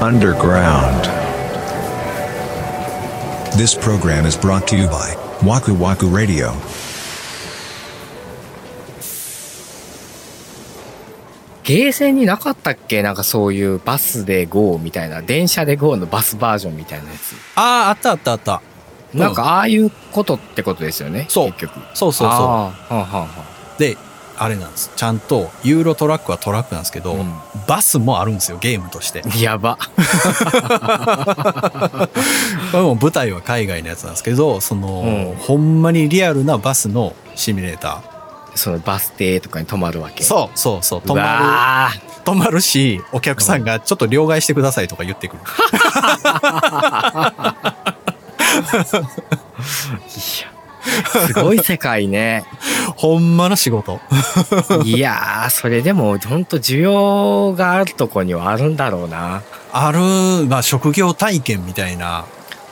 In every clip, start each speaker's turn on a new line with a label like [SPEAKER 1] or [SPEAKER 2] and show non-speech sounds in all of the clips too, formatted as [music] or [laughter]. [SPEAKER 1] underground.
[SPEAKER 2] This program is brought to you by Waku Waku Radio.
[SPEAKER 3] ゲーセンになかったっけなんかそういうバスで GO みたいな、電車で GO のバスバージョンみたいなやつ。
[SPEAKER 4] ああ、あったあったあった。うん
[SPEAKER 3] なんかああいうことってことですよね。
[SPEAKER 4] そう
[SPEAKER 3] 結局。
[SPEAKER 4] そうそうそ
[SPEAKER 3] あーはんはんはん
[SPEAKER 4] う。で、あれなんです。ちゃんと、ユーロトラックはトラックなんですけど、
[SPEAKER 3] うん
[SPEAKER 4] バスもあるんですよ、ゲームとして。
[SPEAKER 3] [laughs] やば。
[SPEAKER 4] これも舞台は海外のやつなんですけど、その、
[SPEAKER 3] うん
[SPEAKER 4] ほんまにリアルなバスのシミュレータ
[SPEAKER 3] そのバス停とかに止まるわ
[SPEAKER 4] ー。
[SPEAKER 3] け。う。
[SPEAKER 4] そうそうそう、止ま
[SPEAKER 3] わ
[SPEAKER 4] る、止まるし、お客さんがちょっと両替してくださいとか
[SPEAKER 3] [laughs]
[SPEAKER 4] 言ってくる。
[SPEAKER 3] ーいやすごい世界
[SPEAKER 4] [laughs]
[SPEAKER 3] ね。
[SPEAKER 4] ほんまの仕事。
[SPEAKER 3] いやー、それでも本当需要があるとこにはあるんだろうな。
[SPEAKER 4] ある、まあ職業体験みたいな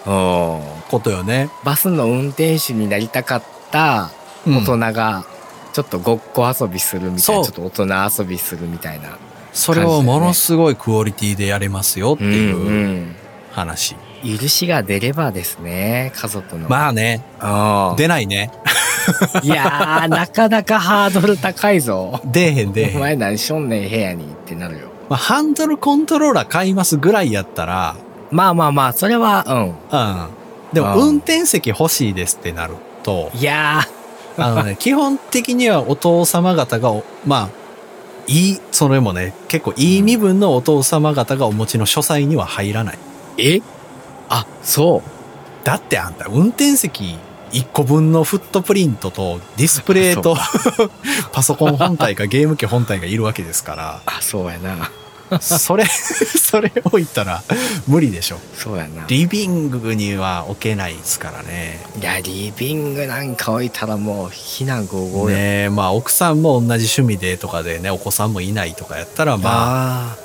[SPEAKER 3] うん。
[SPEAKER 4] ことよね。
[SPEAKER 3] バスの運転手になりたかった
[SPEAKER 4] うん
[SPEAKER 3] 大人が、ちょっとごっこ遊びするみたい
[SPEAKER 4] そう
[SPEAKER 3] な、ちょっと大人遊びするみたいな。
[SPEAKER 4] それをものすごいクオリティでやれますよってい
[SPEAKER 3] ん
[SPEAKER 4] ううん話。
[SPEAKER 3] 許しが出ればですね、家族の。
[SPEAKER 4] まあね、
[SPEAKER 3] あ
[SPEAKER 4] 出ないね。
[SPEAKER 3] い
[SPEAKER 4] [laughs]
[SPEAKER 3] やー、なかなかハードル高いぞ。
[SPEAKER 4] 出えへん出えへ
[SPEAKER 3] お
[SPEAKER 4] ん。ま
[SPEAKER 3] 前何しょんねん部屋にってなるよ。
[SPEAKER 4] あ、ハンドルコントローラー買いますぐらいやったら、
[SPEAKER 3] まあまあまあ、それは、う
[SPEAKER 4] うん。でも
[SPEAKER 3] うん
[SPEAKER 4] 運転席欲しいですってなると
[SPEAKER 3] ん。、いや
[SPEAKER 4] あ
[SPEAKER 3] [laughs]
[SPEAKER 4] のね、基本的にはお父様方がお、まあ、いい、それもね、結構いい身分のお父様方がお持ちの書斎には入らない。
[SPEAKER 3] ー、えあ、そう。
[SPEAKER 4] だってあんた運転席1個分のフットプリントとディスプレイと [laughs] パソコン本体かゲーム機本体がいるわけですか
[SPEAKER 3] あ、そうやな。
[SPEAKER 4] ら、それ、それ置いたら無理でしょ。
[SPEAKER 3] そうやな。
[SPEAKER 4] リビングには置けないですからね。
[SPEAKER 3] いや、リビングなんか置いたらもう、避難合々や。
[SPEAKER 4] ねえ、まあ奥さんも同じ趣味でとかでね、お子さんもいないとかやったらまあ、
[SPEAKER 3] ま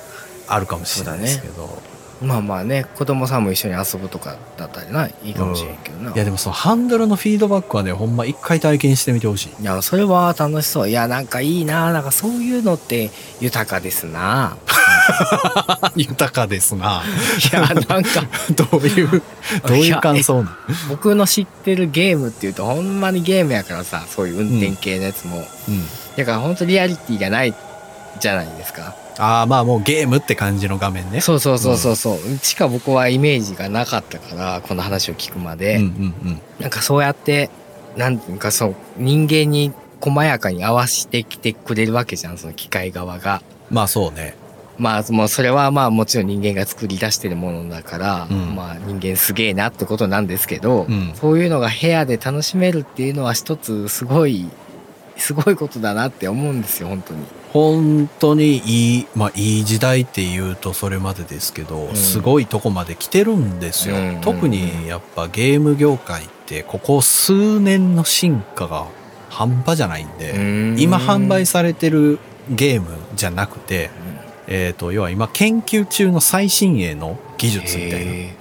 [SPEAKER 3] あ、
[SPEAKER 4] あるかもしれないですけど。
[SPEAKER 3] まあまあね、子供さんも一緒に遊ぶとかだったらな、いいかもしれんけどな。
[SPEAKER 4] いやでもそのハンドルのフィードバックはね、ほんま一回体験してみてほしい。
[SPEAKER 3] いや、それは楽しそう。いや、なんかいいな。なんかそういうのって豊かですな。
[SPEAKER 4] 豊かですな。
[SPEAKER 3] いや、なんか
[SPEAKER 4] [laughs] どう [laughs] いう、どういう感想なの
[SPEAKER 3] 僕の知ってるゲームっていうと、ほんまにゲームやからさ、そういう運転系のやつも。
[SPEAKER 4] うん。
[SPEAKER 3] だからほんとリアリティがないじゃないですか。
[SPEAKER 4] ああ、まあもうゲームって感じの画面ね。
[SPEAKER 3] そうそうそうそうそう。しか僕はイメージがなかったから、この話を聞くまで。
[SPEAKER 4] うんうんうん。
[SPEAKER 3] なんかそうやって、なんていうかそう、人間に細やかに合わせてきてくれるわけじゃん、その機械側が。
[SPEAKER 4] まあそうね。
[SPEAKER 3] まあ、もうそれはまあもちろん人間が作り出してるものだから、
[SPEAKER 4] うん
[SPEAKER 3] まあ人間すげえなってことなんですけど、
[SPEAKER 4] うん
[SPEAKER 3] そういうのが部屋で楽しめるっていうのは一つすごい、すごいことだなって思うんですよ、本当に。
[SPEAKER 4] 本当にいい、まあいい時代っていうとそれまでですけど、
[SPEAKER 3] ん
[SPEAKER 4] すごいとこまで来てるんですよ。
[SPEAKER 3] うんうんうん
[SPEAKER 4] 特にやっぱゲーム業界ってここ数年の進化が半端じゃないんで、今販売
[SPEAKER 3] す
[SPEAKER 4] されてるゲームじゃなくて、えっ、と、要は今研究中の最新鋭の技
[SPEAKER 3] る
[SPEAKER 4] 術みたいな、
[SPEAKER 3] な。うん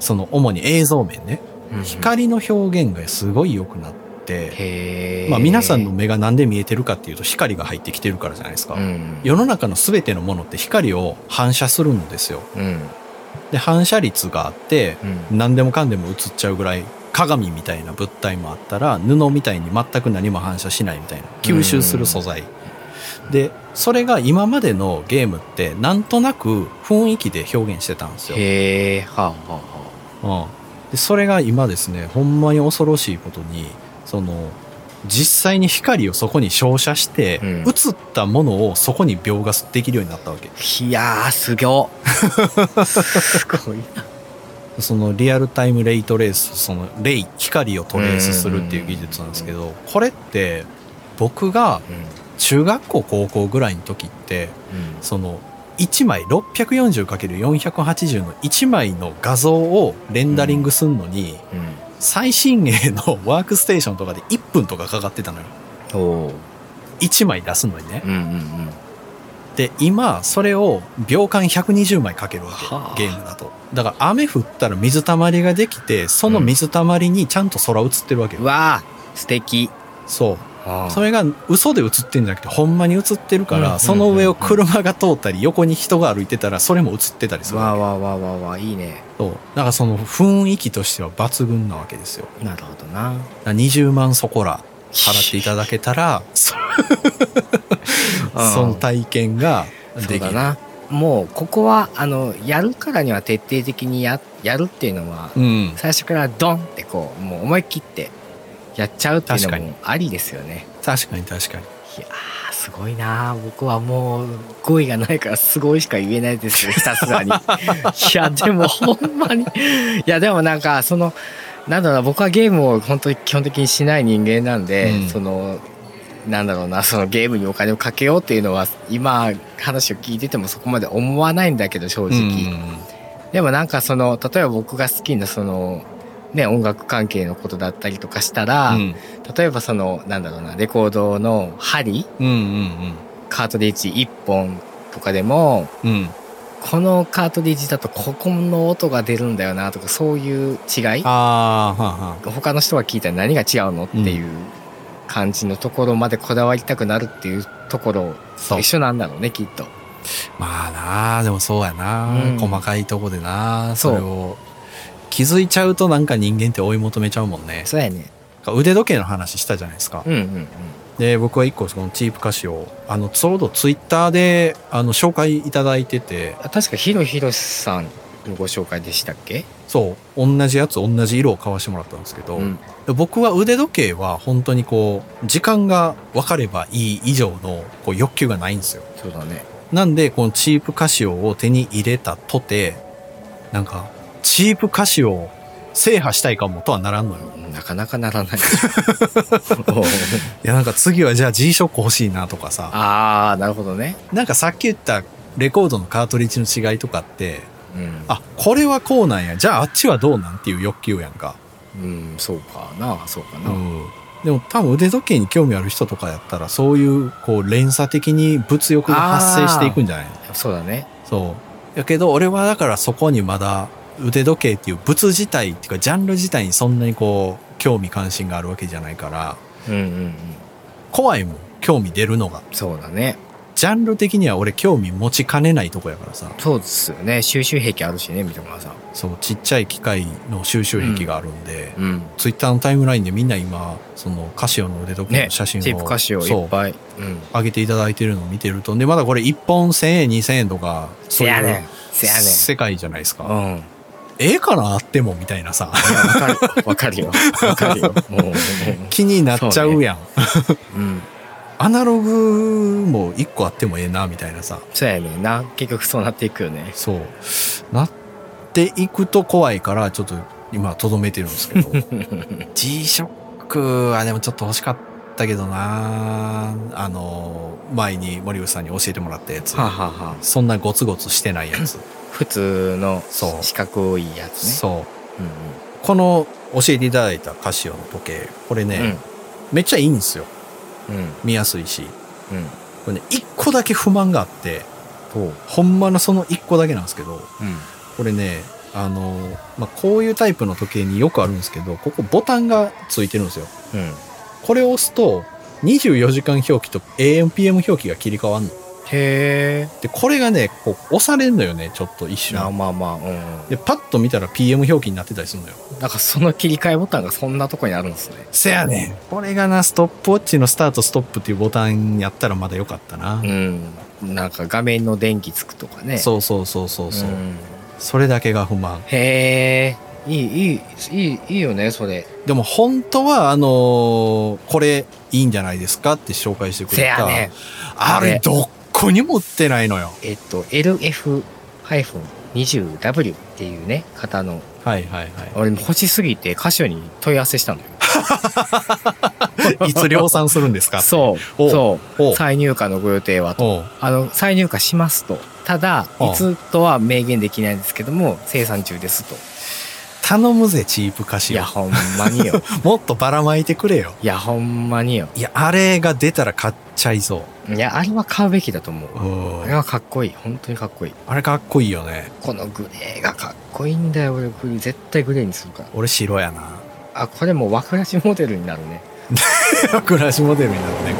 [SPEAKER 4] その主に映像面ね、
[SPEAKER 3] うん
[SPEAKER 4] 光の表現がすごい良くなって、
[SPEAKER 3] へー
[SPEAKER 4] まあ皆さんの目が何で見えてるかっていうと光が入ってきてるからじゃないですか。
[SPEAKER 3] うん
[SPEAKER 4] 世の中の全てのものって光を反射するんですよ。
[SPEAKER 3] うん
[SPEAKER 4] で、反射率があって、
[SPEAKER 3] うん
[SPEAKER 4] 何でもかんでも映っちゃうぐらい鏡みたいな物体もあったら、布みたいに全く何も反射しないみたいな、吸収する素材。で、それが今までのゲームってなんとなく雰囲気で表現してたんですよ。
[SPEAKER 3] へえ、はあはあは
[SPEAKER 4] うん、でそれが今ですねほんまに恐ろしいことにその実際に光をそこに照射して、
[SPEAKER 3] うん
[SPEAKER 4] 映ったものをそこに描画できるようになったわけ
[SPEAKER 3] あ。いやー、すご
[SPEAKER 4] [laughs]
[SPEAKER 3] っすごいな。
[SPEAKER 4] そのリアルタイムレイトレースそのレイ光をトレースするっていう技術なんですけどこれって僕が
[SPEAKER 3] うん
[SPEAKER 4] 中学校高校ぐらいの時ってその1枚 640×480 の1枚の画像をレンダリングするのに、
[SPEAKER 3] うんうん
[SPEAKER 4] 最新鋭のワークステーションとかで1分とかかかってたのよ。
[SPEAKER 3] おー
[SPEAKER 4] 1枚出すのにね。
[SPEAKER 3] うんうんうん
[SPEAKER 4] で、今、それを秒間120枚かけるわ
[SPEAKER 3] はあ
[SPEAKER 4] け。ゲームだと。だから雨降ったら水たまりができて、その水たまりにちゃんと空映ってるわけ
[SPEAKER 3] う
[SPEAKER 4] よ。
[SPEAKER 3] わあ素敵
[SPEAKER 4] そう。
[SPEAKER 3] あ
[SPEAKER 4] それが嘘で映ってんじゃなくてほんまに映ってるか
[SPEAKER 3] うんうんうんう
[SPEAKER 4] ら
[SPEAKER 3] ん
[SPEAKER 4] その上を車が通ったり横に人が歩いてたらそれも映ってたりする
[SPEAKER 3] わあ
[SPEAKER 4] わ
[SPEAKER 3] わあわあわあわあいいね
[SPEAKER 4] けそうだからその雰囲気としては抜群なわけですよ
[SPEAKER 3] なるほどな
[SPEAKER 4] だから20万そこら払っていた
[SPEAKER 3] [laughs]
[SPEAKER 4] だけたらそその体験が
[SPEAKER 3] そ
[SPEAKER 4] で
[SPEAKER 3] う
[SPEAKER 4] き
[SPEAKER 3] だ
[SPEAKER 4] る
[SPEAKER 3] なもうここはあのやるからには徹底的にややるっていうのは、
[SPEAKER 4] うん
[SPEAKER 3] 最初からドンってこうもう思い切ってやっちゃうっていう
[SPEAKER 4] 確か
[SPEAKER 3] の
[SPEAKER 4] に
[SPEAKER 3] もありですよね
[SPEAKER 4] 確かに確かに
[SPEAKER 3] いやーすごいなー僕はもう語彙がないからすごいしか言えないですよ [laughs] さすがにいやでもほんまにいやでもなんかそのなんだろうな僕はゲームを本当に基本的にしない人間なんで、
[SPEAKER 4] うん
[SPEAKER 3] そのなんだろうなそのゲームにお金をかけようっていうのは今話を聞いててもそこまで思わないんだけど正直、でもなんかその例えば僕が好きなそのね音楽関係のことだったりとかしたら、
[SPEAKER 4] うん
[SPEAKER 3] 例えばそのなんだろうなレコードの針
[SPEAKER 4] うんうん
[SPEAKER 3] カートリッジ1本とかでも
[SPEAKER 4] うんうん
[SPEAKER 3] このカートリッジだとここの音が出るんだよなとかそういう違い
[SPEAKER 4] ああーはんはん
[SPEAKER 3] 他の人が聞いたら何が違うのっていう感じのところまでこだわりたくなるっていうところ
[SPEAKER 4] そう
[SPEAKER 3] 一緒なんだろうねきっと
[SPEAKER 4] まあなあでもそうやな、
[SPEAKER 3] うん
[SPEAKER 4] 細かいとこでな
[SPEAKER 3] そ
[SPEAKER 4] そうれを気づいちゃうとなんか人間って追い求めちゃうもんね
[SPEAKER 3] そうやね
[SPEAKER 4] 腕時計の話したじゃないですか、
[SPEAKER 3] うんうんうん
[SPEAKER 4] で僕は一個そのチープ歌詞をあのちょうどツイッターであの紹介いただいてて
[SPEAKER 3] あ確かヒロヒロさんのご紹介でしたっけ
[SPEAKER 4] そう同じやつ同じ色を買わしてもらったんですけど、
[SPEAKER 3] うん
[SPEAKER 4] で僕は腕時計は本当にこう時間が分かればいい以上のこう欲求がないんですよ
[SPEAKER 3] そうだね
[SPEAKER 4] なんで、このチープカシオを手に入れたとて、なんか、チープカシオを制覇したいかもとはならんのよ。
[SPEAKER 3] なかなかなら
[SPEAKER 4] [laughs]
[SPEAKER 3] ない
[SPEAKER 4] いや、なんか次はじゃあ G ショック欲しいなとかさ、
[SPEAKER 3] ああなるほどね
[SPEAKER 4] なんかさっき言ったレコードのカートリッジの違いとかって、
[SPEAKER 3] うん
[SPEAKER 4] あ、これはこうなんや、じゃああっちはどうなんっていう欲求やんか。
[SPEAKER 3] うんそうかなそうか
[SPEAKER 4] う
[SPEAKER 3] な、
[SPEAKER 4] ん。でも多分腕時計に興味ある人とかやったら、そういうこう連鎖的に物欲が発生していくんじゃないの
[SPEAKER 3] そうだね
[SPEAKER 4] そう。やけど、俺はだからそこにまだ腕時計っていう物自体っていうか、ジャンル自体にそんなにこう、興味関心があるわけじゃないから、
[SPEAKER 3] うんうんうん
[SPEAKER 4] 怖いもん、興味出るのが。
[SPEAKER 3] そうだね
[SPEAKER 4] ジャンル的には俺興味持ちかねないとこやからさ、
[SPEAKER 3] そうですよね収集癖あるしね三笘さん
[SPEAKER 4] そう、ちっちゃい機械の収集癖があるんで、
[SPEAKER 3] うん
[SPEAKER 4] ツイッターのタイムラインでみんな今、そのカシオの腕時計
[SPEAKER 3] ね
[SPEAKER 4] の写真を、
[SPEAKER 3] チープ歌詞をいっぱいうん
[SPEAKER 4] 上げていただいてるのを見てると、で、まだこれ1本1000円、2000円とか、
[SPEAKER 3] せやねんせやねん
[SPEAKER 4] 世界じゃないです
[SPEAKER 3] う
[SPEAKER 4] か。
[SPEAKER 3] んい
[SPEAKER 4] ええかなあってもみたいなさ。
[SPEAKER 3] やわかるわかるよわかるよもうもうもう
[SPEAKER 4] 気になっちゃうやん。
[SPEAKER 3] うん
[SPEAKER 4] [laughs] アナログも一個あってもええな、みたいなさ。
[SPEAKER 3] そうやねんな結局そうなっていくよね
[SPEAKER 4] そう。なっていくと怖いから、ちょっと今とどめてるんです
[SPEAKER 3] [laughs]
[SPEAKER 4] けど。G-SHOCK はでもちょっと欲しかったけどなあの、前に森内さんに教えてもらったやつ。
[SPEAKER 3] はあ、はあはあ
[SPEAKER 4] そんなゴツゴツしてないや
[SPEAKER 3] [coughs]
[SPEAKER 4] つ。
[SPEAKER 3] 普通の
[SPEAKER 4] そう
[SPEAKER 3] 四角いやつね
[SPEAKER 4] そう。
[SPEAKER 3] う、ん
[SPEAKER 4] この教えていただいたカシオの時計、これね、めっちゃいいんですよ。
[SPEAKER 3] うんうん
[SPEAKER 4] 見やすいし。
[SPEAKER 3] うん
[SPEAKER 4] これね、一個だけ不満があって、
[SPEAKER 3] ほう
[SPEAKER 4] ほんまのその一個だけなんですけど、
[SPEAKER 3] うん
[SPEAKER 4] これね、あの、まあ、こういうタイプの時計によくあるんですけど、ここボタンがついてるんですよ。
[SPEAKER 3] うん
[SPEAKER 4] これを押すと、24時間表記と AMPM 表記が切り替わんの。
[SPEAKER 3] へ
[SPEAKER 4] で、これがね、こう押されんのよね、ちょっと一
[SPEAKER 3] えまあ
[SPEAKER 4] 瞬。
[SPEAKER 3] まあまあうん
[SPEAKER 4] で、パッと見たら PM 表記になってたりするのよ。
[SPEAKER 3] なんかその切り替えボタンがそんなとこにあるんですね
[SPEAKER 4] せやねん。これがな、ストップウォッチのスタート、ストップっていうボタンやったらまだよかったな。
[SPEAKER 3] うんなんか画面の電気つくとかね
[SPEAKER 4] そうそうそうそうそう、
[SPEAKER 3] ん
[SPEAKER 4] それだけが不満。
[SPEAKER 3] へえいいいいいいいいよねそれ
[SPEAKER 4] でも本当は、あのーこれいいんじゃないですかって紹介してく
[SPEAKER 3] せ
[SPEAKER 4] れ
[SPEAKER 3] や
[SPEAKER 4] た。
[SPEAKER 3] ね
[SPEAKER 4] あれ、どっこにも売ってないのよ。
[SPEAKER 3] えっと LF-20W っていうね方の
[SPEAKER 4] はいはいは
[SPEAKER 3] 俺も欲しすぎてカシオに問い合わせしたのよ
[SPEAKER 4] い。いつ量産するんです [laughs] か
[SPEAKER 3] そう
[SPEAKER 4] おう
[SPEAKER 3] そ
[SPEAKER 4] お
[SPEAKER 3] う
[SPEAKER 4] う
[SPEAKER 3] 再入荷のご予定はと
[SPEAKER 4] おう
[SPEAKER 3] あの再入荷しますとただ
[SPEAKER 4] お
[SPEAKER 3] いつとは明言できないんですけども生産中ですと
[SPEAKER 4] 頼むぜ、チープ歌
[SPEAKER 3] い
[SPEAKER 4] 詞を
[SPEAKER 3] や。ほんまによ
[SPEAKER 4] もっとばらまいてくれよ。
[SPEAKER 3] いやほんまによ
[SPEAKER 4] いや、あれが出たら買っちゃいそ
[SPEAKER 3] いやあれは買うべきだと思う
[SPEAKER 4] う。うん
[SPEAKER 3] あれはかっこいい本当にかっこいい
[SPEAKER 4] あれかっこいいよね。
[SPEAKER 3] このグレーがかっこいいんだよ俺グレー絶対グレーにするから
[SPEAKER 4] 俺白やな。 [laughs]
[SPEAKER 3] あこれもう枠なしモデルになるね
[SPEAKER 4] 暮らしモデルになってない